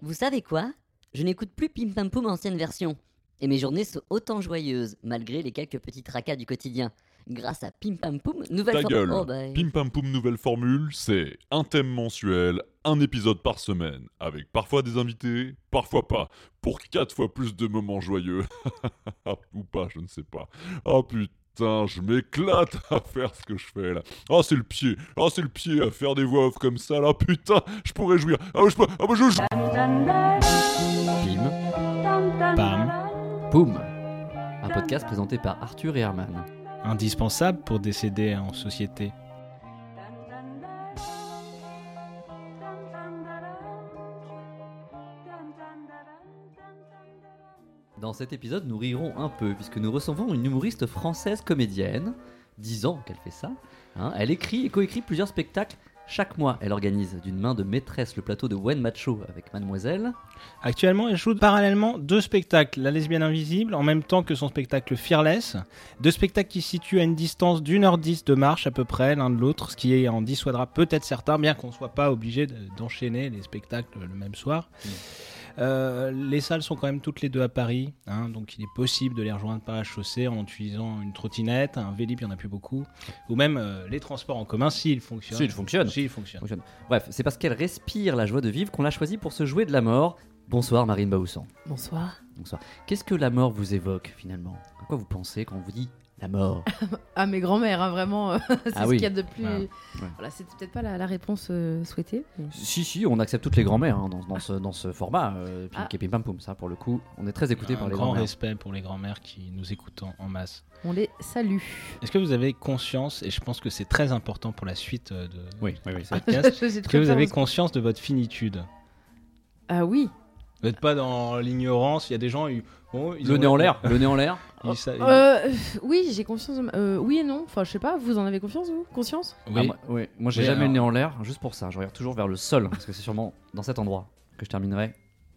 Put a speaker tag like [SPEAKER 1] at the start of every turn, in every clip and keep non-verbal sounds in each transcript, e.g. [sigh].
[SPEAKER 1] Vous savez quoi Je n'écoute plus Pim Pam Poum ancienne version. Et mes journées sont autant joyeuses, malgré les quelques petits tracas du quotidien. Grâce à Pim Pam Poum, nouvelle
[SPEAKER 2] Ta
[SPEAKER 1] for-
[SPEAKER 2] gueule.
[SPEAKER 1] Oh, bah,
[SPEAKER 2] Pim Pam Poum Nouvelle Formule, c'est un thème mensuel, un épisode par semaine, avec parfois des invités, parfois pas, pour quatre fois plus de moments joyeux. [laughs] Ou pas, je ne sais pas. Oh putain, je m'éclate [laughs] à faire ce que je fais là. Oh, c'est le pied. Oh, c'est le pied à faire des voix off comme ça là. Putain, je pourrais jouir. Ah, je peux. Ah, bah, je. je-
[SPEAKER 3] Pim,
[SPEAKER 4] Pam,
[SPEAKER 3] Poum, un podcast présenté par Arthur et Herman.
[SPEAKER 4] indispensable pour décéder en société.
[SPEAKER 3] Dans cet épisode, nous rirons un peu puisque nous recevons une humoriste française comédienne, 10 ans qu'elle fait ça. hein. Elle écrit et coécrit plusieurs spectacles. Chaque mois, elle organise d'une main de maîtresse le plateau de Wen Macho avec Mademoiselle.
[SPEAKER 4] Actuellement, elle joue parallèlement deux spectacles, La lesbienne invisible, en même temps que son spectacle Fearless, deux spectacles qui se situent à une distance d'une heure dix de marche à peu près l'un de l'autre, ce qui en dissuadera peut-être certains, bien qu'on ne soit pas obligé de- d'enchaîner les spectacles le même soir.
[SPEAKER 3] Mm.
[SPEAKER 4] Euh, les salles sont quand même toutes les deux à Paris, hein, donc il est possible de les rejoindre par la chaussée en utilisant une trottinette, un vélib, il n'y en a plus beaucoup, ou même euh, les transports en commun s'ils fonctionnent.
[SPEAKER 3] S'ils fonctionnent.
[SPEAKER 4] S'ils fonctionnent.
[SPEAKER 3] Bref, c'est parce qu'elle respire la joie de vivre qu'on l'a choisie pour se jouer de la mort. Bonsoir Marine Baoussan.
[SPEAKER 5] Bonsoir.
[SPEAKER 3] Bonsoir. Qu'est-ce que la mort vous évoque finalement À quoi vous pensez quand on vous dit la mort
[SPEAKER 5] Ah, mes grands-mères, hein, vraiment, euh, [laughs] c'est
[SPEAKER 3] Ah
[SPEAKER 5] ce
[SPEAKER 3] oui.
[SPEAKER 5] qu'il y a de plus. euh,
[SPEAKER 4] Ouais.
[SPEAKER 5] Voilà, c'était peut-être pas la, la réponse euh, souhaitée. mais-
[SPEAKER 3] Si, si, on accepte toutes les grands-mères hein, dans, dans ce, dans ce format. euh, pim,
[SPEAKER 5] Ah.
[SPEAKER 3] qui est pim pam poum, ça pour le coup, on est très écouté
[SPEAKER 4] un
[SPEAKER 3] par les
[SPEAKER 4] grand
[SPEAKER 3] grands-mères.
[SPEAKER 4] respect pour les grands-mères qui nous écoutent en- en masse.
[SPEAKER 5] On les salue.
[SPEAKER 4] Est-ce que vous avez conscience, et je pense que c'est très important pour la suite euh, de
[SPEAKER 3] Oui, oui, oui.
[SPEAKER 4] ce
[SPEAKER 5] [laughs]
[SPEAKER 4] podcast,
[SPEAKER 5] J'ai
[SPEAKER 4] est-ce que
[SPEAKER 5] très
[SPEAKER 4] vous
[SPEAKER 5] peur
[SPEAKER 4] avez
[SPEAKER 5] parce-
[SPEAKER 4] conscience de votre finitude
[SPEAKER 5] Ah oui.
[SPEAKER 4] Vous n'êtes pas dans l'ignorance, il y a des gens... Ils, bon, ils
[SPEAKER 3] Le
[SPEAKER 4] ont-
[SPEAKER 3] nez en l'air, le nez en l'air.
[SPEAKER 4] ils sa- ils-
[SPEAKER 5] Euh, oui, j'ai conscience. de ma- euh, oui et non. Enfin, je sais pas. Vous en avez confiance, vous Conscience
[SPEAKER 4] Oui.
[SPEAKER 3] Ah, moi, ouais, moi, j'ai
[SPEAKER 4] Oui,
[SPEAKER 3] jamais
[SPEAKER 4] alors.
[SPEAKER 3] le nez en l'air, juste pour ça. Je regarde toujours vers le sol, parce que c'est sûrement dans cet endroit que je terminerai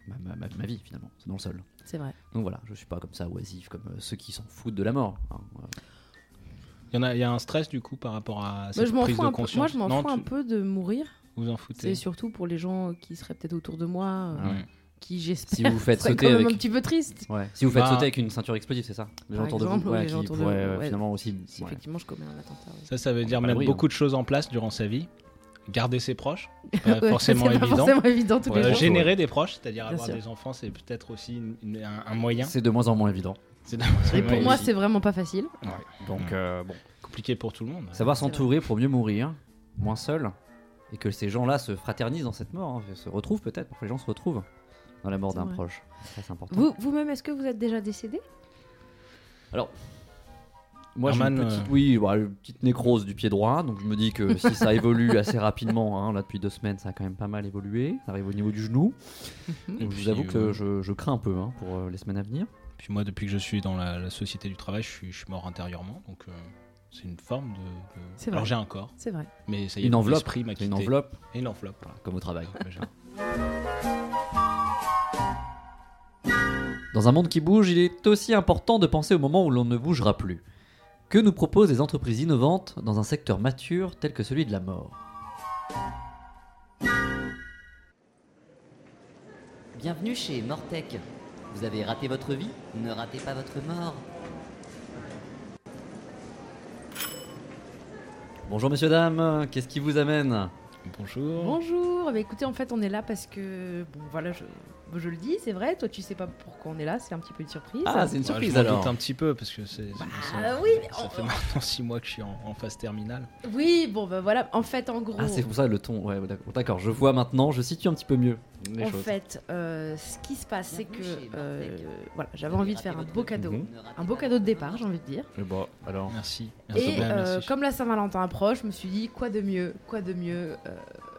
[SPEAKER 3] ma, ma- ma- ma vie finalement. C'est dans le sol.
[SPEAKER 5] C'est vrai.
[SPEAKER 3] Donc voilà, je suis pas comme ça oisif, comme euh, ceux qui s'en foutent de la mort. hein. Euh,
[SPEAKER 4] il, y en a, il y a un stress du coup par rapport à
[SPEAKER 5] Moi,
[SPEAKER 4] cette
[SPEAKER 5] Bah, je m'en
[SPEAKER 4] prise
[SPEAKER 5] fous
[SPEAKER 4] de
[SPEAKER 5] un peu.
[SPEAKER 4] conscience.
[SPEAKER 5] Moi, je m'en
[SPEAKER 4] Non,
[SPEAKER 5] fous un
[SPEAKER 4] tu-
[SPEAKER 5] peu de mourir.
[SPEAKER 4] Vous en
[SPEAKER 5] C'est
[SPEAKER 4] foutez
[SPEAKER 5] surtout pour les gens qui seraient peut-être autour de moi, euh,
[SPEAKER 3] Ah ouais.
[SPEAKER 5] qui j'espère. [laughs]
[SPEAKER 3] Si vous vous faites
[SPEAKER 5] seraient
[SPEAKER 3] sauter
[SPEAKER 5] quand même
[SPEAKER 3] avec-
[SPEAKER 5] un petit peu triste.
[SPEAKER 3] Ouais. Si vous faites
[SPEAKER 4] Bah-
[SPEAKER 3] sauter avec une ceinture explosive, c'est ça Les gens
[SPEAKER 5] Par
[SPEAKER 3] autour de
[SPEAKER 5] exemple,
[SPEAKER 3] vous,
[SPEAKER 5] oui,
[SPEAKER 3] ouais,
[SPEAKER 5] les gens
[SPEAKER 3] qui
[SPEAKER 5] autour de
[SPEAKER 3] pourraient
[SPEAKER 5] vous,
[SPEAKER 3] euh,
[SPEAKER 5] ouais.
[SPEAKER 3] finalement aussi.
[SPEAKER 5] Si
[SPEAKER 3] ouais.
[SPEAKER 5] effectivement je commets un attentat. oui.
[SPEAKER 4] Ça, ça veut
[SPEAKER 3] On
[SPEAKER 4] dire
[SPEAKER 3] est pas
[SPEAKER 4] mettre
[SPEAKER 3] abri,
[SPEAKER 4] beaucoup de choses en place durant sa vie, garder ses
[SPEAKER 5] [laughs]
[SPEAKER 4] proches, pas
[SPEAKER 5] Ouais,
[SPEAKER 4] forcément
[SPEAKER 5] c'est pas
[SPEAKER 4] évident.
[SPEAKER 5] forcément évident tous
[SPEAKER 4] Euh,
[SPEAKER 5] les jours.
[SPEAKER 3] j'ai-
[SPEAKER 4] générer des proches, c'est-à-dire
[SPEAKER 5] Bien
[SPEAKER 4] avoir
[SPEAKER 5] sûr.
[SPEAKER 4] des enfants, c'est peut-être aussi une- une- un, un moyen.
[SPEAKER 3] C'est de moins en moins évident.
[SPEAKER 4] C'est
[SPEAKER 5] Et pour
[SPEAKER 3] Ouais,
[SPEAKER 5] moi,
[SPEAKER 3] aussi.
[SPEAKER 5] c'est vraiment pas facile.
[SPEAKER 3] Donc
[SPEAKER 4] Mmh.
[SPEAKER 3] euh, bon.
[SPEAKER 4] compliqué pour tout le monde.
[SPEAKER 3] Savoir
[SPEAKER 5] C'est vrai.
[SPEAKER 3] s'entourer pour mieux mourir, moins seul, et que ces gens-là se fraternisent dans cette mort, hein, se retrouvent peut-être, parfois les gens se retrouvent dans la mort
[SPEAKER 5] C'est
[SPEAKER 3] d'un
[SPEAKER 5] vrai.
[SPEAKER 3] proche. Ça, c'est important.
[SPEAKER 5] Vous- Vous-même, est-ce que vous êtes déjà décédé
[SPEAKER 3] Moi, j'ai une
[SPEAKER 4] Herman,
[SPEAKER 3] petite,
[SPEAKER 4] euh,
[SPEAKER 3] oui, bah, une petite nécrose du pied droit, donc je me dis que si ça [laughs] évolue assez rapidement, hein, là depuis deux semaines, ça a quand même pas mal évolué, ça arrive au niveau du genou.
[SPEAKER 4] Et
[SPEAKER 5] Mm.
[SPEAKER 3] Donc, je
[SPEAKER 4] puis,
[SPEAKER 3] vous avoue
[SPEAKER 4] euh,
[SPEAKER 3] que je, je crains un peu hein, pour euh, les semaines à venir.
[SPEAKER 4] Puis moi, depuis que je suis dans la, la société du travail, je suis, je suis mort intérieurement, donc euh, c'est une forme de. de-
[SPEAKER 5] C'est vrai.
[SPEAKER 4] Alors j'ai un corps,
[SPEAKER 5] C'est vrai.
[SPEAKER 4] mais ça y est,
[SPEAKER 3] Une enveloppe,
[SPEAKER 4] l'esprit m'a
[SPEAKER 3] c'est une
[SPEAKER 4] quitté.
[SPEAKER 3] enveloppe,
[SPEAKER 4] Et une enveloppe.
[SPEAKER 3] [laughs] voilà, comme au travail.
[SPEAKER 4] Déjà.
[SPEAKER 3] Dans un monde qui bouge, il est aussi important de penser au moment où l'on ne bougera plus. Que nous proposent les entreprises innovantes dans un secteur mature tel que celui de la mort
[SPEAKER 1] Bienvenue chez Mortec. Vous avez raté votre vie, ne ratez pas votre mort.
[SPEAKER 3] Bonjour messieurs, dames, qu'est-ce qui vous amène Oh.
[SPEAKER 4] Bonjour.
[SPEAKER 5] Bonjour, bah écoutez, en fait, on est là parce que, bon, voilà, je, je le dis, c'est vrai, toi, tu sais pas pourquoi on est là, c'est un petit peu une surprise.
[SPEAKER 3] Ah, c'est une
[SPEAKER 4] Ouais,
[SPEAKER 3] surprise
[SPEAKER 4] je m'en
[SPEAKER 3] alors
[SPEAKER 4] doute un petit peu parce que c'est. c'est-
[SPEAKER 5] Ah
[SPEAKER 4] ça-
[SPEAKER 5] oui, mais
[SPEAKER 4] Ça
[SPEAKER 5] on-
[SPEAKER 4] fait maintenant 6 mois que je suis en, en phase terminale.
[SPEAKER 5] oui, bon, bah voilà, en fait, en gros,
[SPEAKER 3] Ah, c'est pour ça le ton, ouais, d'accord, D'accord, je vois maintenant, je situe un petit peu mieux les
[SPEAKER 5] en
[SPEAKER 3] choses.
[SPEAKER 5] fait, euh, ce qui se passe, c'est que,
[SPEAKER 1] Bienvenue chez
[SPEAKER 5] euh,
[SPEAKER 1] Martec.
[SPEAKER 5] voilà, j'avais envie de faire un beau cadeau,
[SPEAKER 3] Mhm.
[SPEAKER 5] un beau cadeau de départ, j'ai envie de dire.
[SPEAKER 3] Mais bon, alors,
[SPEAKER 4] Merci. Merci.
[SPEAKER 5] Et
[SPEAKER 4] Ben,
[SPEAKER 5] euh,
[SPEAKER 4] merci.
[SPEAKER 5] comme la Saint-Valentin approche, je me suis dit, quoi de mieux, quoi de mieux euh,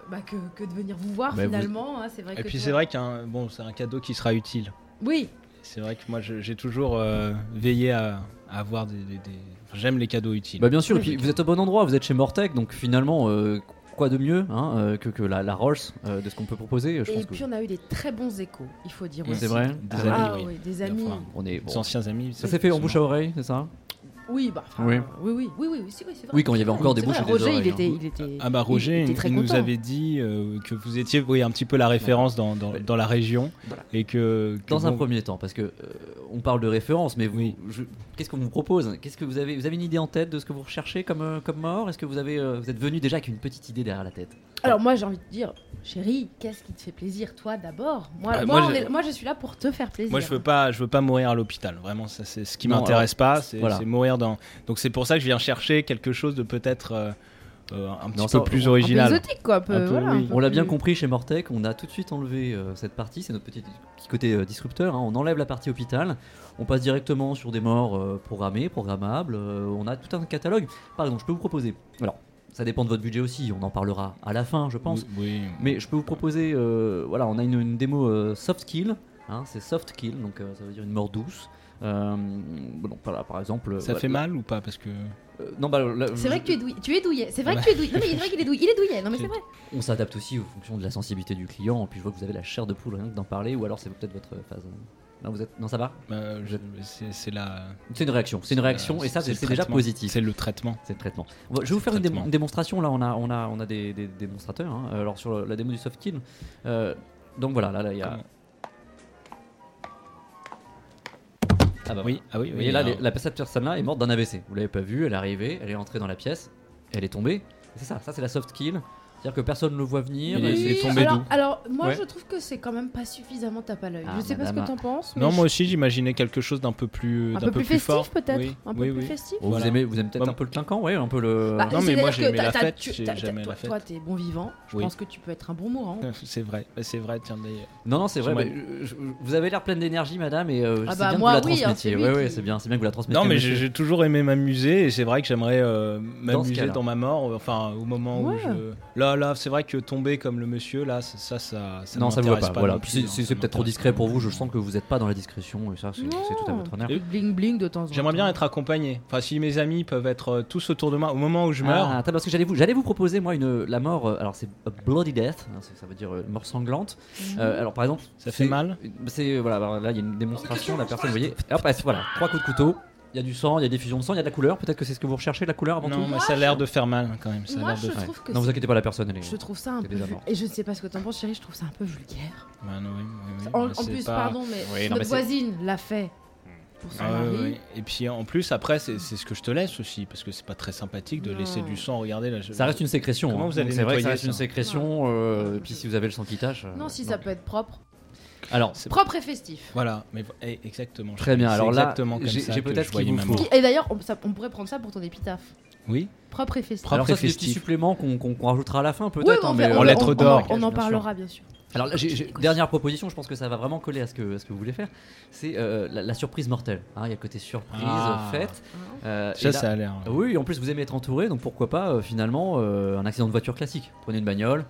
[SPEAKER 5] bah, que, que de venir vous voir
[SPEAKER 3] Bah, vous-
[SPEAKER 5] finalement, hein, c'est vrai
[SPEAKER 4] Et
[SPEAKER 5] que
[SPEAKER 4] puis
[SPEAKER 5] toi-
[SPEAKER 4] c'est vrai qu'un bon, c'est un cadeau qui sera utile.
[SPEAKER 5] Oui,
[SPEAKER 4] C'est vrai que moi, je- j'ai toujours euh, veillé à, à avoir des. des- des- enfin, J'aime les cadeaux utiles.
[SPEAKER 3] Bah bien sûr, et puis vous êtes au bon endroit, vous êtes chez Mortec, donc finalement, euh, quoi de mieux hein, euh, que, que la, la Rolls euh, de ce qu'on peut proposer je
[SPEAKER 5] et
[SPEAKER 3] pense que-
[SPEAKER 5] puis on a eu des très bons échos, il faut dire
[SPEAKER 4] Oui,
[SPEAKER 5] aussi.
[SPEAKER 3] C'est vrai
[SPEAKER 4] Des
[SPEAKER 3] Ah,
[SPEAKER 4] amis,
[SPEAKER 5] Ah
[SPEAKER 4] oui.
[SPEAKER 5] oui, des amis.
[SPEAKER 4] Enfin,
[SPEAKER 3] On est, bon,
[SPEAKER 4] Des anciens amis.
[SPEAKER 3] Ça s'est fait en bouche à oreille, c'est ça
[SPEAKER 5] Oui, bah, enfin,
[SPEAKER 4] Oui.
[SPEAKER 5] euh, oui, oui, oui, oui, oui, si, oui, c'est vrai.
[SPEAKER 3] Oui, quand il y avait encore des
[SPEAKER 5] C'est
[SPEAKER 3] bouches
[SPEAKER 5] vrai,
[SPEAKER 3] et des
[SPEAKER 5] Roger, il
[SPEAKER 3] oreilles, hein.
[SPEAKER 5] était, il était.
[SPEAKER 4] Ah bah
[SPEAKER 5] il
[SPEAKER 4] Roger
[SPEAKER 5] était très
[SPEAKER 4] nous
[SPEAKER 5] content.
[SPEAKER 4] avait dit euh, que vous étiez oui, un petit peu la référence dans, dans, dans la région
[SPEAKER 3] Voilà.
[SPEAKER 4] et que, que
[SPEAKER 3] Dans un
[SPEAKER 4] bon-
[SPEAKER 3] premier temps, parce que euh, on parle de référence, mais vous, je- qu'est-ce qu'on vous propose Qu'est-ce que vous avez Vous avez une idée en tête de ce que vous recherchez comme euh, comme mort Est-ce que vous avez euh, vous êtes venu déjà avec une petite idée derrière la tête
[SPEAKER 5] Alors moi, j'ai envie de dire, chérie, qu'est-ce qui te fait plaisir, toi d'abord Moi,
[SPEAKER 3] Ah,
[SPEAKER 4] Euh,
[SPEAKER 5] moi,
[SPEAKER 4] moi,
[SPEAKER 5] on
[SPEAKER 4] j'ai-
[SPEAKER 5] est- moi, je suis là pour te faire plaisir.
[SPEAKER 4] Moi, je veux pas, je veux pas mourir à l'hôpital. Vraiment, ça, c'est ce qui
[SPEAKER 3] Non,
[SPEAKER 4] m'intéresse pas. C'est
[SPEAKER 3] voilà.
[SPEAKER 4] c'est mourir dans. Donc, c'est pour ça que je viens chercher quelque chose de peut-être euh, euh, un petit
[SPEAKER 3] Non, ça,
[SPEAKER 4] peu plus
[SPEAKER 3] on-
[SPEAKER 5] Un peu
[SPEAKER 4] original.
[SPEAKER 5] exotique, quoi, un peu.
[SPEAKER 4] Un peu,
[SPEAKER 5] voilà, un
[SPEAKER 4] oui.
[SPEAKER 5] peu
[SPEAKER 3] On l'a
[SPEAKER 5] plus-
[SPEAKER 3] bien compris chez Mortec, on a tout de suite enlevé euh, cette partie, c'est notre petit, petit côté euh, disrupteur, hein. on enlève la partie hôpital, on passe directement sur des morts euh, programmées, programmables, euh, on a tout un catalogue. Par exemple, je peux vous proposer, alors ça dépend de votre budget aussi, on en parlera à la fin je pense, Euh,
[SPEAKER 4] Oui.
[SPEAKER 3] mais je peux vous proposer, euh, voilà, on a une, une démo euh, soft kill, hein, c'est soft kill, donc euh, ça veut dire une mort douce. Euh, bon, voilà, par exemple.
[SPEAKER 4] Ça
[SPEAKER 3] voilà,
[SPEAKER 4] fait mal ou pas Parce que
[SPEAKER 3] euh, non, bah, là,
[SPEAKER 5] C'est vrai que tu es douillet. Tu es douillet. C'est vrai
[SPEAKER 4] Ouais.
[SPEAKER 5] que tu es douillet. Non mais il est vrai qu'il est douillet. Il est douillet. Non mais
[SPEAKER 4] Tu-
[SPEAKER 5] c'est vrai.
[SPEAKER 3] On s'adapte aussi en fonction de la sensibilité du client. Et puis je vois que vous avez la chair de poule rien que d'en parler, ou alors c'est peut-être votre phase. euh, Non, vous êtes... non ça va
[SPEAKER 4] euh, je- c'est c'est la.
[SPEAKER 3] C'est une réaction, c'est une réaction, et ça c'est
[SPEAKER 4] le
[SPEAKER 3] c'est déjà
[SPEAKER 4] traitement.
[SPEAKER 3] positif.
[SPEAKER 4] C'est le traitement.
[SPEAKER 3] C'est le traitement. On va- je vais vous faire une,
[SPEAKER 4] Traitement.
[SPEAKER 3] démo- une démonstration. Là, on a, on a, on a des, des démonstrateurs. hein. Euh, Alors, sur le- la démo du soft kill. euh, donc voilà, là, là, il y a.
[SPEAKER 4] Comment
[SPEAKER 3] Ah bah,
[SPEAKER 4] Oui. Ah oui.
[SPEAKER 3] Vous
[SPEAKER 4] oui
[SPEAKER 3] voyez, là,
[SPEAKER 4] alors-
[SPEAKER 3] les- la, cette personne-là est morte d'un AVC. Vous l'avez pas vue, elle est arrivée, elle est entrée dans la pièce, elle est tombée. C'est ça, ça c'est la soft kill. C'est-à-dire que personne ne le voit venir.
[SPEAKER 4] Il
[SPEAKER 3] et
[SPEAKER 4] est-
[SPEAKER 3] c'est-
[SPEAKER 4] il est tombé
[SPEAKER 5] alors,
[SPEAKER 4] d'où
[SPEAKER 5] alors, moi,
[SPEAKER 4] Ouais.
[SPEAKER 5] je trouve que c'est quand même pas suffisamment tape à l'œil.
[SPEAKER 3] Ah,
[SPEAKER 5] je sais pas
[SPEAKER 3] madame.
[SPEAKER 5] ce que t'en penses.
[SPEAKER 4] Non,
[SPEAKER 5] mais
[SPEAKER 4] moi aussi, j'imaginais quelque chose d'un peu plus,
[SPEAKER 5] je- un
[SPEAKER 4] d'un
[SPEAKER 5] peu plus
[SPEAKER 4] fort.
[SPEAKER 5] festif peut-être.
[SPEAKER 4] Oui,
[SPEAKER 5] Un peu
[SPEAKER 4] oui,
[SPEAKER 5] plus
[SPEAKER 4] oui.
[SPEAKER 5] festif.
[SPEAKER 3] Oh,
[SPEAKER 4] Voilà.
[SPEAKER 3] Vous aimez, vous aimez peut-être
[SPEAKER 4] Bah,
[SPEAKER 3] un peu le clinquant, ouais, un peu le.
[SPEAKER 5] Bah,
[SPEAKER 4] Non, mais moi,
[SPEAKER 5] c'est-à-dire
[SPEAKER 4] j'ai
[SPEAKER 5] que
[SPEAKER 4] aimé
[SPEAKER 5] t'as-
[SPEAKER 4] la
[SPEAKER 5] t'as-
[SPEAKER 4] fête,
[SPEAKER 5] tu-
[SPEAKER 4] j'ai
[SPEAKER 5] t'as-
[SPEAKER 4] jamais
[SPEAKER 5] t'as-
[SPEAKER 4] la
[SPEAKER 5] Toi, t'es bon vivant. Je
[SPEAKER 4] Oui.
[SPEAKER 5] pense que tu peux être un bon mourant.
[SPEAKER 4] [laughs] C'est vrai. bah, C'est vrai. Tiens d'ailleurs.
[SPEAKER 3] Non, non, c'est vrai.
[SPEAKER 4] Ouais.
[SPEAKER 3] mais euh, je- je- vous avez l'air pleine d'énergie, madame, et euh,
[SPEAKER 5] Ah
[SPEAKER 3] c'est
[SPEAKER 5] bah,
[SPEAKER 3] bien
[SPEAKER 5] moi,
[SPEAKER 3] que vous la
[SPEAKER 5] oui, hein,
[SPEAKER 3] transmettiez.
[SPEAKER 5] c'est lui
[SPEAKER 3] ouais, ouais,
[SPEAKER 5] qui-
[SPEAKER 3] c'est bien, c'est bien que vous la transmettiez.
[SPEAKER 4] Non, mais
[SPEAKER 3] monsieur.
[SPEAKER 4] j'ai j'ai toujours aimé m'amuser et c'est vrai que j'aimerais euh,
[SPEAKER 3] ce
[SPEAKER 4] m'amuser
[SPEAKER 3] cas-là.
[SPEAKER 4] dans, ma mort. euh, Enfin, au moment où
[SPEAKER 5] Ouais.
[SPEAKER 4] je. Là, là, c'est vrai que tomber comme le monsieur, là, ça, ça, ça. ça
[SPEAKER 3] non, ça vous va
[SPEAKER 4] m'intéresse
[SPEAKER 3] pas. voilà.
[SPEAKER 4] non
[SPEAKER 3] Puis
[SPEAKER 4] plus,
[SPEAKER 3] c'est-
[SPEAKER 4] hein,
[SPEAKER 3] C'est
[SPEAKER 4] ça
[SPEAKER 3] c'est peut-être trop
[SPEAKER 4] m'intéresse
[SPEAKER 3] discret
[SPEAKER 4] pas
[SPEAKER 3] pour
[SPEAKER 4] non
[SPEAKER 3] vous. Je
[SPEAKER 4] plus.
[SPEAKER 3] sens que vous n'êtes pas dans la discression, et ça, c'est c'est tout à votre honneur.
[SPEAKER 4] Et-
[SPEAKER 5] Bling bling de temps en temps.
[SPEAKER 4] J'aimerais bien être accompagné. Enfin, si mes amis peuvent être euh, tous autour de moi au moment où je meurs.
[SPEAKER 3] Ah, attends, parce que j'allais vous, j'allais vous proposer moi une la mort. euh, alors c'est a bloody death, hein, c'est- ça veut dire euh, mort sanglante.
[SPEAKER 5] Mhm.
[SPEAKER 3] Euh, alors par exemple,
[SPEAKER 4] Ça fait
[SPEAKER 3] c'est-
[SPEAKER 4] mal
[SPEAKER 3] C'est voilà, bah, là il y a une démonstration. La personne, vous voyez, hop, elle- voilà, trois coups de couteau. Il y a du sang, il y a des fusions de sang, il y a de la couleur. Peut-être que c'est ce que vous recherchez, la couleur avant
[SPEAKER 4] Non,
[SPEAKER 3] tout.
[SPEAKER 4] mais ça a l'air de faire mal hein, quand même. Ça a
[SPEAKER 5] Moi,
[SPEAKER 4] l'air de.
[SPEAKER 5] je
[SPEAKER 3] Ouais.
[SPEAKER 5] trouve que
[SPEAKER 3] Non, vous
[SPEAKER 5] c'est-
[SPEAKER 3] inquiétez pas, la personne elle est.
[SPEAKER 5] je trouve ça un
[SPEAKER 3] T'es
[SPEAKER 5] peu.
[SPEAKER 3] déjà
[SPEAKER 5] vul-
[SPEAKER 3] mort.
[SPEAKER 5] Et je ne sais pas ce que t'en penses, chérie. Je trouve ça un peu vulgaire.
[SPEAKER 4] Bah, non, oui, oui, oui,
[SPEAKER 5] En,
[SPEAKER 4] mais
[SPEAKER 5] en
[SPEAKER 4] c'est
[SPEAKER 5] plus,
[SPEAKER 4] pas-
[SPEAKER 5] pardon, mais
[SPEAKER 4] Oui, non,
[SPEAKER 5] notre
[SPEAKER 4] mais c'est-
[SPEAKER 5] voisine l'a fait pour son
[SPEAKER 4] Ah ouais,
[SPEAKER 5] mari.
[SPEAKER 4] ouais. Et puis en plus, après, c'est c'est ce que je te laisse aussi parce que c'est pas très sympathique de laisser
[SPEAKER 5] Non.
[SPEAKER 4] du sang. Regardez là. je-
[SPEAKER 3] Ça reste une sécrétion.
[SPEAKER 4] Comment
[SPEAKER 3] hein.
[SPEAKER 4] vous allez
[SPEAKER 3] Donc, C'est vrai que ça
[SPEAKER 4] nettoyer
[SPEAKER 3] reste une
[SPEAKER 4] ça
[SPEAKER 3] sécrétion. euh, et puis si vous avez le sang qui tâche. euh,
[SPEAKER 5] Non, si ça peut être propre.
[SPEAKER 3] Alors,
[SPEAKER 4] C'est-
[SPEAKER 5] Propre et festif.
[SPEAKER 4] Voilà, mais eh, exactement.
[SPEAKER 3] Très bien,
[SPEAKER 4] C'est
[SPEAKER 3] alors là,
[SPEAKER 4] exactement comme
[SPEAKER 3] j'ai-
[SPEAKER 4] ça
[SPEAKER 3] j'ai
[SPEAKER 4] que
[SPEAKER 3] peut-être
[SPEAKER 4] je
[SPEAKER 3] ce qu'il
[SPEAKER 4] voyais
[SPEAKER 3] vous
[SPEAKER 4] ma
[SPEAKER 3] faut.
[SPEAKER 4] mort.
[SPEAKER 5] Qui- Et d'ailleurs, on, ça- on pourrait prendre ça pour ton épitaphe.
[SPEAKER 4] Oui.
[SPEAKER 5] Propre et festif.
[SPEAKER 4] Propre
[SPEAKER 3] alors ça
[SPEAKER 4] et
[SPEAKER 3] c'est des petits
[SPEAKER 4] festif.
[SPEAKER 3] suppléments qu'on qu'on- qu'on rajoutera à la fin
[SPEAKER 5] Oui,
[SPEAKER 3] peut-être.
[SPEAKER 5] mais
[SPEAKER 3] hein,
[SPEAKER 5] on
[SPEAKER 3] mais,
[SPEAKER 5] fait-
[SPEAKER 3] euh,
[SPEAKER 5] on-
[SPEAKER 4] en lettres
[SPEAKER 5] on-
[SPEAKER 4] d'or.
[SPEAKER 5] On en
[SPEAKER 3] Bien sûr.
[SPEAKER 5] parlera, bien sûr.
[SPEAKER 3] Alors là, j'ai- j'ai- dernière proposition, je pense que ça va vraiment coller à ce que, à ce que vous voulez faire. C'est euh, la, la surprise mortelle. hein. Il y a le côté surprise,
[SPEAKER 4] Ah.
[SPEAKER 3] fête. euh, et
[SPEAKER 4] Ça,
[SPEAKER 3] là-
[SPEAKER 4] ça a l'air.
[SPEAKER 3] Oui, en plus vous aimez être entouré, donc pourquoi pas euh, finalement euh, un accident de voiture classique. Prenez une bagnole,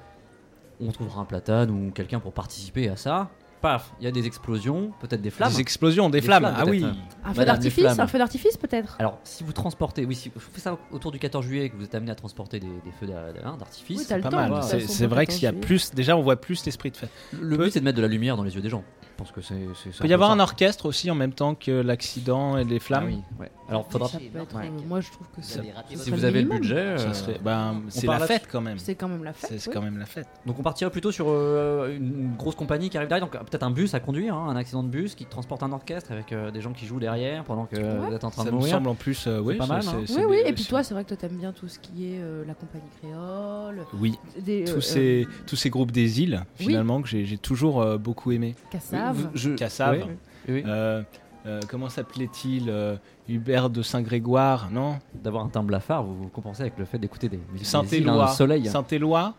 [SPEAKER 3] on trouvera un platane ou quelqu'un pour participer à ça. Paf, il y a des explosions, peut-être des flammes.
[SPEAKER 4] Des explosions, des,
[SPEAKER 3] Des
[SPEAKER 4] flammes.
[SPEAKER 3] flammes,
[SPEAKER 4] Ah oui.
[SPEAKER 3] peut-être.
[SPEAKER 5] Un feu
[SPEAKER 3] Madame des
[SPEAKER 5] d'artifice,
[SPEAKER 3] flammes.
[SPEAKER 5] un feu d'artifice peut-être.
[SPEAKER 3] Alors, si vous transportez, oui, si vous faites ça autour du 14 juillet et que vous êtes amené à transporter des, des feux d'a- d'a- d'artifice,
[SPEAKER 5] Oui, t'as le
[SPEAKER 4] Pas
[SPEAKER 5] temps.
[SPEAKER 4] mal.
[SPEAKER 5] de toute
[SPEAKER 4] C'est-
[SPEAKER 5] façon,
[SPEAKER 4] C'est
[SPEAKER 5] pour
[SPEAKER 4] vrai
[SPEAKER 5] t'en
[SPEAKER 4] qu'il y a
[SPEAKER 5] suivre.
[SPEAKER 4] plus. Déjà, on voit plus l'esprit de fête.
[SPEAKER 3] le but c'est de mettre de la lumière dans les yeux des gens. Je pense que c'est. c'est- c'est
[SPEAKER 4] Il peut y
[SPEAKER 3] peu
[SPEAKER 4] avoir
[SPEAKER 3] ça.
[SPEAKER 4] un orchestre aussi en même temps que l'accident et les
[SPEAKER 3] Ah
[SPEAKER 4] flammes.
[SPEAKER 3] oui, ouais. Alors, faudra.
[SPEAKER 5] Ça peut être,
[SPEAKER 1] Ouais.
[SPEAKER 5] euh, Moi, je trouve que
[SPEAKER 1] Vous
[SPEAKER 5] ça-
[SPEAKER 1] avez raté
[SPEAKER 3] Si
[SPEAKER 1] votre
[SPEAKER 3] vous
[SPEAKER 5] le
[SPEAKER 3] avez le
[SPEAKER 5] minimum.
[SPEAKER 3] budget,
[SPEAKER 4] Ça
[SPEAKER 3] euh,
[SPEAKER 4] serait- ben, c'est
[SPEAKER 3] parle
[SPEAKER 4] la
[SPEAKER 3] là-dessus.
[SPEAKER 4] fête quand même.
[SPEAKER 5] c'est quand même la fête.
[SPEAKER 4] C'est c'est
[SPEAKER 5] oui.
[SPEAKER 4] quand même la fête.
[SPEAKER 3] donc on partira plutôt sur euh, une grosse compagnie qui arrive derrière, donc euh, peut-être un bus à conduire, hein, un accident de bus qui transporte un orchestre avec euh, des gens qui jouent derrière pendant que euh,
[SPEAKER 5] Ouais.
[SPEAKER 3] vous êtes en train
[SPEAKER 4] Ça
[SPEAKER 3] de
[SPEAKER 4] me
[SPEAKER 3] mourir.
[SPEAKER 4] semble en plus. euh, oui,
[SPEAKER 3] pas
[SPEAKER 4] ça,
[SPEAKER 3] mal,
[SPEAKER 4] c'est-
[SPEAKER 3] hein.
[SPEAKER 4] c'est
[SPEAKER 5] Oui, oui.
[SPEAKER 4] des- euh,
[SPEAKER 5] Et puis
[SPEAKER 4] c'est-
[SPEAKER 5] toi, c'est vrai que toi, t'aimes bien tout ce qui est euh, la compagnie créole.
[SPEAKER 4] Oui,
[SPEAKER 5] Des, euh,
[SPEAKER 4] tous ces, tous ces groupes des îles,
[SPEAKER 5] oui.
[SPEAKER 4] finalement, que j'ai j'ai toujours euh, beaucoup aimé.
[SPEAKER 5] Cassaves.
[SPEAKER 3] Vous- je-
[SPEAKER 4] Cassave.
[SPEAKER 3] Oui, oui, oui.
[SPEAKER 4] Euh, euh, comment s'appelait-il euh, Hubert de Saint-Grégoire, non
[SPEAKER 3] D'avoir un timbre blafard, vous vous compensez avec le fait d'écouter des musiques des îles, hein,
[SPEAKER 4] Saint-Éloi.
[SPEAKER 3] le soleil.
[SPEAKER 4] Saint-Éloi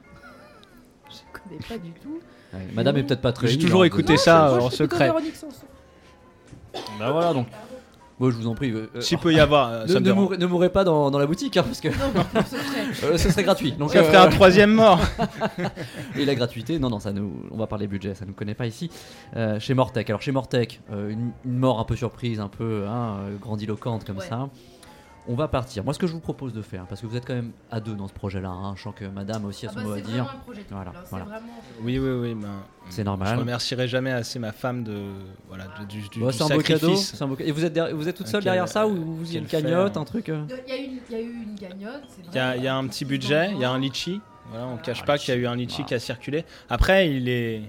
[SPEAKER 5] Je connais pas du tout.
[SPEAKER 3] Ouais, Madame est peut-être pas très.
[SPEAKER 4] J'ai
[SPEAKER 3] île,
[SPEAKER 4] toujours
[SPEAKER 3] hein,
[SPEAKER 4] écouté
[SPEAKER 3] vous-
[SPEAKER 4] ça
[SPEAKER 5] Moi,
[SPEAKER 4] euh,
[SPEAKER 5] je
[SPEAKER 4] en
[SPEAKER 5] suis plutôt
[SPEAKER 4] secret.
[SPEAKER 5] Véronique Sanson.
[SPEAKER 3] Bah voilà donc. Moi je vous en prie. euh, euh,
[SPEAKER 4] S'il peut y avoir, euh,
[SPEAKER 3] Ne,
[SPEAKER 4] ça me
[SPEAKER 3] ne
[SPEAKER 4] dérange.
[SPEAKER 3] mourrez, ne mourrez pas dans, dans la boutique, hein, parce
[SPEAKER 4] [laughs]
[SPEAKER 3] que
[SPEAKER 5] Non, non, en secret.
[SPEAKER 3] euh, ce serait gratuit. Donc,
[SPEAKER 4] Ça
[SPEAKER 3] euh,
[SPEAKER 4] ferait un troisième mort.
[SPEAKER 3] [laughs] et la gratuité, non, non, ça nous, on va parler budget, ça nous connaît pas ici. Euh, chez Mortec, alors chez Mortec, euh, une, une mort un peu surprise, un peu hein, euh, grandiloquente comme
[SPEAKER 5] Ouais.
[SPEAKER 3] ça. on va partir. Moi, ce que je vous propose de faire, parce que vous êtes quand même à deux dans ce projet-là, hein, je sens que madame aussi a son
[SPEAKER 5] bah,
[SPEAKER 3] mot à
[SPEAKER 5] c'est
[SPEAKER 3] dire.
[SPEAKER 5] vraiment un projet de couple,
[SPEAKER 3] Voilà,
[SPEAKER 5] hein, c'est
[SPEAKER 3] voilà.
[SPEAKER 5] vraiment-
[SPEAKER 4] Oui, oui, oui. ben,
[SPEAKER 3] C'est
[SPEAKER 4] Je
[SPEAKER 3] normal.
[SPEAKER 4] remercierai jamais assez ma femme de voilà de- du, du-
[SPEAKER 3] Bon,
[SPEAKER 4] du
[SPEAKER 3] Bah, c'est un beau cadeau.
[SPEAKER 4] sacrifice.
[SPEAKER 3] c'est un beau cadeau. Et vous êtes, derrière- vous êtes toute
[SPEAKER 4] Ah,
[SPEAKER 3] seule
[SPEAKER 4] quel-
[SPEAKER 3] derrière ça
[SPEAKER 4] euh,
[SPEAKER 3] ou vous y a une
[SPEAKER 4] quel
[SPEAKER 3] cagnotte,
[SPEAKER 4] fer.
[SPEAKER 3] un truc euh
[SPEAKER 5] Il y, a eu- il y a eu une gagnotte, c'est vrai.
[SPEAKER 4] Il y, a- il y a un petit budget, il y a un litchi. Voilà, on cache
[SPEAKER 3] Ah,
[SPEAKER 4] pas
[SPEAKER 3] litchi.
[SPEAKER 4] qu'il y a eu un litchi
[SPEAKER 3] Voilà.
[SPEAKER 4] qui a circulé. Après, il est.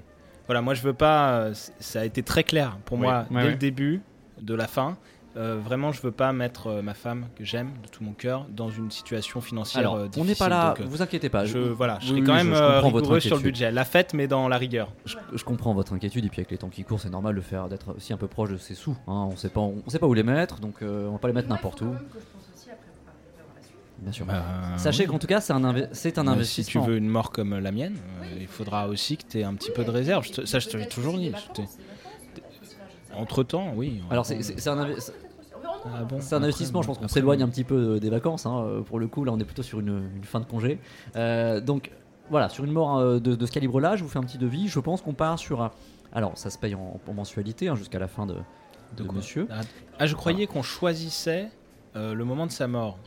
[SPEAKER 4] Voilà, moi je veux pas. euh, c- Ça a été très clair pour
[SPEAKER 3] Oui.
[SPEAKER 4] moi
[SPEAKER 3] Ouais,
[SPEAKER 4] dès
[SPEAKER 3] ouais.
[SPEAKER 4] le début, de la fin. Euh, vraiment, je veux pas mettre euh, ma femme que j'aime de tout mon cœur dans une situation financière
[SPEAKER 3] Alors,
[SPEAKER 4] euh,
[SPEAKER 3] on
[SPEAKER 4] difficile.
[SPEAKER 3] n'est pas là,
[SPEAKER 4] donc, euh,
[SPEAKER 3] vous inquiétez pas.
[SPEAKER 4] je, voilà, je
[SPEAKER 3] Oui,
[SPEAKER 4] serai quand
[SPEAKER 3] oui,
[SPEAKER 4] même
[SPEAKER 3] je- je
[SPEAKER 4] euh,
[SPEAKER 3] comprends votre
[SPEAKER 4] rigoureux sur le
[SPEAKER 3] inquiétude.
[SPEAKER 4] budget. La fête, mais dans la rigueur.
[SPEAKER 3] Je, je comprends votre inquiétude et puis avec les temps qui courent, c'est normal de faire d'être aussi un peu proche de ses sous. hein. On sait pas, on, sait pas où les mettre, donc euh, on va pas les mettre n'importe où, bien sûr. Sachez qu'en tout cas, c'est un, inve- c'est un
[SPEAKER 4] Bah, Mais euh, Si tu
[SPEAKER 3] investissement.
[SPEAKER 4] veux une mort comme la mienne, euh, il faudra aussi que tu aies un petit peu de réserve. Je te- ça, je te l'ai toujours dit. Entre temps, oui.
[SPEAKER 3] Alors c'est- c'est c'est un, inve-
[SPEAKER 4] Ah bon,
[SPEAKER 3] C'est un
[SPEAKER 4] après,
[SPEAKER 3] investissement, je pense qu'on
[SPEAKER 4] après,
[SPEAKER 3] s'éloigne un petit peu des vacances. hein. Euh, Pour le coup, là, on est plutôt sur une, une fin de congé. Euh, donc, voilà, sur une mort euh, de, de ce calibre-là, je vous fais un petit devis. Je pense qu'on part sur. un- Alors, ça se paye en, en mensualité hein, jusqu'à la fin de, de
[SPEAKER 4] quoi
[SPEAKER 3] monsieur.
[SPEAKER 4] Ah, je croyais qu'on choisissait euh, le moment de sa mort.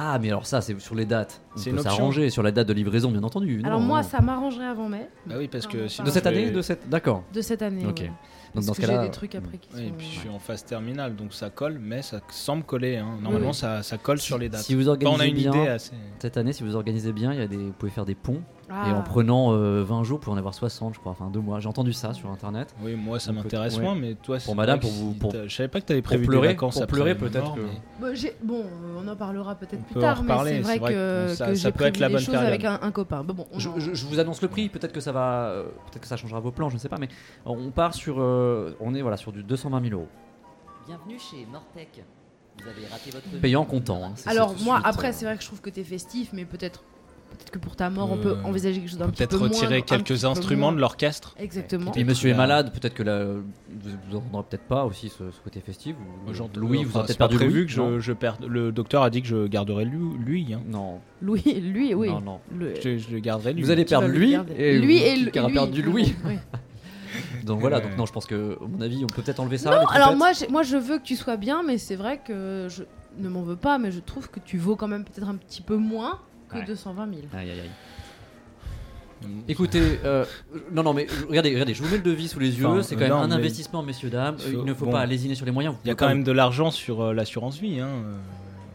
[SPEAKER 3] Ah, mais alors ça, c'est sur les dates. On
[SPEAKER 4] C'est
[SPEAKER 3] peut
[SPEAKER 4] une option.
[SPEAKER 3] s'arranger sur la date de livraison, bien entendu.
[SPEAKER 5] Alors
[SPEAKER 3] Non,
[SPEAKER 5] moi,
[SPEAKER 3] non.
[SPEAKER 5] ça m'arrangerait avant mai.
[SPEAKER 4] Bah oui, parce
[SPEAKER 5] Non,
[SPEAKER 4] que
[SPEAKER 5] non,
[SPEAKER 4] sinon
[SPEAKER 5] pas.
[SPEAKER 3] De cette
[SPEAKER 4] je vais-
[SPEAKER 3] année, de cette. D'accord.
[SPEAKER 5] De cette année.
[SPEAKER 3] Ok.
[SPEAKER 5] ouais.
[SPEAKER 3] Donc
[SPEAKER 5] Parce
[SPEAKER 3] dans ce
[SPEAKER 5] que
[SPEAKER 3] cas-là.
[SPEAKER 5] J'ai des trucs après qui
[SPEAKER 4] Oui, et puis je
[SPEAKER 5] sont.
[SPEAKER 4] suis en phase terminale, donc ça colle, mais ça semble coller. hein. Normalement,
[SPEAKER 5] oui.
[SPEAKER 4] Ça, ça colle sur les dates.
[SPEAKER 3] Si vous
[SPEAKER 4] Quand
[SPEAKER 3] organisez
[SPEAKER 4] on a une
[SPEAKER 3] bien,
[SPEAKER 4] idée assez.
[SPEAKER 3] cette année, si vous organisez bien, il y a des, vous pouvez faire des ponts.
[SPEAKER 5] Ah.
[SPEAKER 3] Et en prenant euh, 20 jours, pour en avoir 60, je crois, enfin deux mois. J'ai entendu ça sur internet.
[SPEAKER 4] Oui, moi ça
[SPEAKER 3] Donc,
[SPEAKER 4] m'intéresse
[SPEAKER 3] ouais.
[SPEAKER 4] moins, mais toi, c'est
[SPEAKER 3] Pour madame,
[SPEAKER 4] vrai que
[SPEAKER 3] pour vous-
[SPEAKER 4] si
[SPEAKER 3] pour-
[SPEAKER 4] t'as- Je savais pas que t'avais prévu des
[SPEAKER 3] pleurer,
[SPEAKER 4] vacances
[SPEAKER 3] pour
[SPEAKER 4] après
[SPEAKER 3] pleurer,
[SPEAKER 4] la mort,
[SPEAKER 3] peut-être que-
[SPEAKER 4] mais-
[SPEAKER 5] Bon, j'ai- bon, euh, on en parlera peut-être
[SPEAKER 4] On
[SPEAKER 5] plus
[SPEAKER 4] peut en
[SPEAKER 5] tard, mais
[SPEAKER 4] reparler,
[SPEAKER 5] c'est vrai,
[SPEAKER 4] c'est vrai
[SPEAKER 5] que,
[SPEAKER 4] que ça- ça
[SPEAKER 5] que j'ai
[SPEAKER 4] peut être
[SPEAKER 5] prévu
[SPEAKER 4] la
[SPEAKER 5] des
[SPEAKER 4] bonne
[SPEAKER 5] choses
[SPEAKER 4] période.
[SPEAKER 5] avec un, un copain. Bon, bon, on
[SPEAKER 3] Je,
[SPEAKER 5] en-
[SPEAKER 3] je- je vous annonce le prix, peut-être que ça va, euh, peut-être que ça changera vos plans, je ne sais pas, mais on part sur, euh, on est voilà sur du 220 000 euros,
[SPEAKER 1] Bienvenue chez Mortec. Vous avez raté votre
[SPEAKER 3] payant comptant. hein, c'est- c'est
[SPEAKER 5] Alors
[SPEAKER 3] tout de
[SPEAKER 5] moi,
[SPEAKER 3] suite,
[SPEAKER 5] après,
[SPEAKER 3] euh,
[SPEAKER 5] c'est vrai que je trouve que t'es festif, mais peut-être, peut-être que pour ta mort, on peut
[SPEAKER 3] Hmm.
[SPEAKER 4] Euh,
[SPEAKER 5] envisager quelque chose d'un petit peu
[SPEAKER 4] Peut-être
[SPEAKER 5] moins.
[SPEAKER 4] retirer
[SPEAKER 5] un petit
[SPEAKER 4] quelques
[SPEAKER 5] peu
[SPEAKER 4] instruments
[SPEAKER 5] moins.
[SPEAKER 4] de l'orchestre.
[SPEAKER 5] Exactement.
[SPEAKER 3] Et Monsieur
[SPEAKER 4] Là.
[SPEAKER 3] est malade, peut-être que là, vous, vous entendrez peut-être pas aussi ce, ce côté festif. ou-
[SPEAKER 4] Moi, j'entends-
[SPEAKER 3] Louis, vous
[SPEAKER 4] enfin,
[SPEAKER 3] avez
[SPEAKER 4] c'est
[SPEAKER 3] peut-être
[SPEAKER 4] pas
[SPEAKER 3] perdu
[SPEAKER 4] prévu
[SPEAKER 3] Louis,
[SPEAKER 4] que
[SPEAKER 3] non
[SPEAKER 4] je, je perde. Le docteur a dit que je garderai lui. lui, hein.
[SPEAKER 3] Non,
[SPEAKER 5] Lui, lui, oui.
[SPEAKER 3] non, non.
[SPEAKER 5] Le-
[SPEAKER 4] Je, je le garderai lui.
[SPEAKER 3] Euh, Vous allez
[SPEAKER 5] tu vas
[SPEAKER 3] perdre
[SPEAKER 5] le
[SPEAKER 3] lui
[SPEAKER 5] garder.
[SPEAKER 3] et
[SPEAKER 5] lui
[SPEAKER 3] vous-
[SPEAKER 5] et
[SPEAKER 3] qui
[SPEAKER 5] lui-
[SPEAKER 3] aura
[SPEAKER 5] lui,
[SPEAKER 3] perdu
[SPEAKER 5] vraiment,
[SPEAKER 3] Louis.
[SPEAKER 5] oui.
[SPEAKER 3] Donc voilà,
[SPEAKER 4] Ouais.
[SPEAKER 3] donc non, je pense que, à mon avis, on peut peut-être enlever ça. les
[SPEAKER 5] Non, alors
[SPEAKER 3] trompettes.
[SPEAKER 5] moi, j'ai- moi, je veux que tu sois bien, mais c'est vrai que je ne m'en veux pas, mais je trouve que tu vaux quand même peut-être un petit peu moins que
[SPEAKER 3] Ouais.
[SPEAKER 5] 220 000.
[SPEAKER 3] Aïe, aïe, aïe.
[SPEAKER 4] Mm.
[SPEAKER 3] Écoutez, euh, non, non, mais regardez, regardez, je vous mets le devis sous les yeux.
[SPEAKER 4] Enfin,
[SPEAKER 3] c'est
[SPEAKER 4] euh,
[SPEAKER 3] quand même
[SPEAKER 4] non,
[SPEAKER 3] un
[SPEAKER 4] mais-
[SPEAKER 3] investissement, messieurs dames. Euh,
[SPEAKER 4] Faut-
[SPEAKER 3] Il ne faut
[SPEAKER 4] bon.
[SPEAKER 3] pas lésiner sur les moyens. Vous
[SPEAKER 4] Il y a
[SPEAKER 3] pouvez
[SPEAKER 4] quand
[SPEAKER 3] pas-
[SPEAKER 4] même de l'argent sur euh, l'assurance vie. hein. Euh,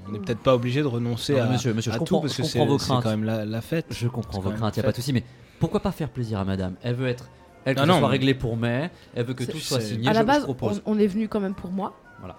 [SPEAKER 4] On n'est peut-être pas obligé de renoncer
[SPEAKER 3] Non,
[SPEAKER 4] à,
[SPEAKER 3] mais monsieur, monsieur,
[SPEAKER 4] à
[SPEAKER 3] je
[SPEAKER 4] tout
[SPEAKER 3] comprends-
[SPEAKER 4] parce
[SPEAKER 3] je
[SPEAKER 4] que c'est
[SPEAKER 3] comprends vos
[SPEAKER 4] c'est
[SPEAKER 3] craintes.
[SPEAKER 4] quand même la, la fête.
[SPEAKER 3] Je comprends
[SPEAKER 4] C'est
[SPEAKER 3] vos
[SPEAKER 4] quand
[SPEAKER 3] craintes, il a
[SPEAKER 4] même
[SPEAKER 3] pas de souci, mais pourquoi pas faire plaisir à madame Elle veut être. Elle veut
[SPEAKER 4] Ah
[SPEAKER 3] que ce
[SPEAKER 4] non,
[SPEAKER 3] soit
[SPEAKER 4] mais-
[SPEAKER 3] réglé pour mai, elle veut que
[SPEAKER 4] C'est-
[SPEAKER 3] tout soit
[SPEAKER 4] c'est-
[SPEAKER 3] signé.
[SPEAKER 5] À
[SPEAKER 3] je,
[SPEAKER 5] la
[SPEAKER 3] je
[SPEAKER 5] base, on,
[SPEAKER 3] propose.
[SPEAKER 5] on est venu quand même pour moi,
[SPEAKER 4] Voilà,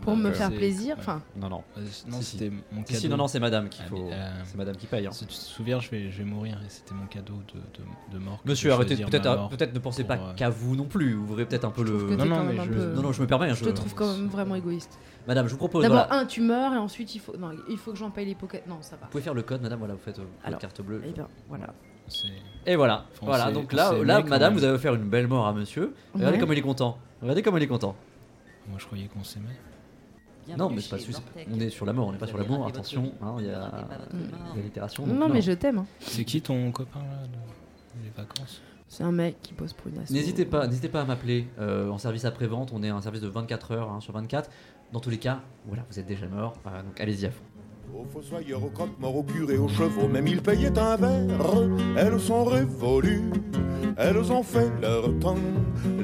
[SPEAKER 5] pour
[SPEAKER 4] donc,
[SPEAKER 5] me
[SPEAKER 4] euh,
[SPEAKER 5] faire
[SPEAKER 4] c'est-
[SPEAKER 5] plaisir.
[SPEAKER 4] ouais.
[SPEAKER 5] Enfin,
[SPEAKER 3] Non, non.
[SPEAKER 4] Euh, Non,
[SPEAKER 3] Si, si.
[SPEAKER 4] c'était mon
[SPEAKER 3] Si,
[SPEAKER 4] cadeau.
[SPEAKER 3] si, non, non, c'est madame qu'il
[SPEAKER 4] Ah,
[SPEAKER 3] faut.
[SPEAKER 4] mais, euh,
[SPEAKER 3] C'est madame qui paye. hein.
[SPEAKER 4] Si tu te souviens, je vais, je vais mourir et c'était mon cadeau de, de, de mort. que
[SPEAKER 3] Monsieur,
[SPEAKER 4] de
[SPEAKER 3] arrêtez.
[SPEAKER 4] choisir
[SPEAKER 3] Peut-être
[SPEAKER 4] ma mort.
[SPEAKER 3] peut ne pensez pas
[SPEAKER 4] pour, euh,
[SPEAKER 3] qu'à vous non plus. Ouvrez peut-être un peu
[SPEAKER 5] je trouve
[SPEAKER 3] le.
[SPEAKER 5] que
[SPEAKER 4] Non,
[SPEAKER 5] t'es
[SPEAKER 4] non,
[SPEAKER 5] quand même
[SPEAKER 4] mais
[SPEAKER 5] un
[SPEAKER 4] je-
[SPEAKER 5] peu...
[SPEAKER 3] Non, non, je me permets. hein,
[SPEAKER 5] Je
[SPEAKER 3] Je...
[SPEAKER 5] te trouve quand même vraiment égoïste.
[SPEAKER 3] Madame, je vous propose.
[SPEAKER 5] D'abord,
[SPEAKER 3] voilà,
[SPEAKER 5] un, tu meurs, et ensuite, il faut. Non, il faut que j'en paye les pockets. Non, ça va.
[SPEAKER 3] Vous pouvez faire le code, madame. Voilà, vous faites euh, votre
[SPEAKER 5] Alors,
[SPEAKER 3] carte bleue.
[SPEAKER 5] Eh ben, voilà.
[SPEAKER 4] c'est-
[SPEAKER 3] Et voilà.
[SPEAKER 4] Enfin, on
[SPEAKER 3] Voilà.
[SPEAKER 4] s'est-
[SPEAKER 3] Donc
[SPEAKER 4] on
[SPEAKER 3] là,
[SPEAKER 4] s'est
[SPEAKER 3] là,
[SPEAKER 4] aimé quand
[SPEAKER 3] madame,
[SPEAKER 4] même.
[SPEAKER 3] vous avez offert une belle mort à monsieur. Regardez
[SPEAKER 5] Ouais.
[SPEAKER 3] comme il est content. Regardez comme il est content.
[SPEAKER 4] Moi, je croyais qu'on s'aimait.
[SPEAKER 3] Non, mais c'est pas le souci. On est sur la mort. On n'est pas sur la mort. Attention. hein, Il y a il y a l'allitération.
[SPEAKER 5] Non,
[SPEAKER 3] donc
[SPEAKER 5] mais je t'aime. hein.
[SPEAKER 4] C'est qui ton copain là de- Les vacances
[SPEAKER 5] C'est un mec qui bosse pour une asso.
[SPEAKER 3] N'hésitez pas, n'hésitez pas à m'appeler euh, en service après-vente. On est un service de 24 heures hein, sur 24. Dans tous les cas, voilà, vous êtes déjà mort, euh, donc allez-y à fond.
[SPEAKER 6] Aux fossoyeurs, aux croque-morts, aux curés, aux chevaux, même ils payaient un verre. Elles sont révolues, elles ont fait leur temps.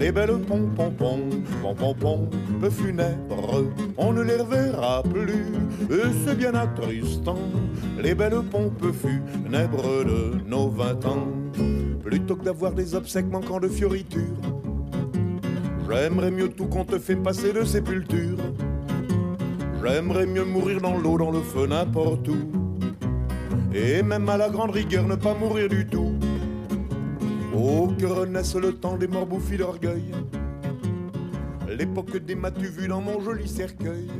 [SPEAKER 6] Les belles pom pom pom, pom pom pom, peu funèbres, on ne les reverra plus. Et c'est bien attristant, les belles pompes funèbres de nos vingt ans. Plutôt que d'avoir des obsèques manquant de fioritures, j'aimerais mieux tout qu'on te fait passer de sépulture. J'aimerais mieux mourir dans l'eau, dans le feu, n'importe où. Et même à la grande rigueur, ne pas mourir du tout. Oh, que renaisse le temps des morts bouffis d'orgueil. L'époque des m'as-tu vu dans mon joli cercueil.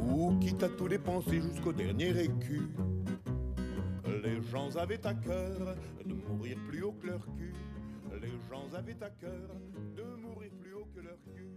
[SPEAKER 6] Ou quitte à tout dépenser jusqu'au dernier écu. Les gens avaient à cœur de mourir plus haut que leur cul. Les gens avaient à cœur de mourir plus haut que leur cul.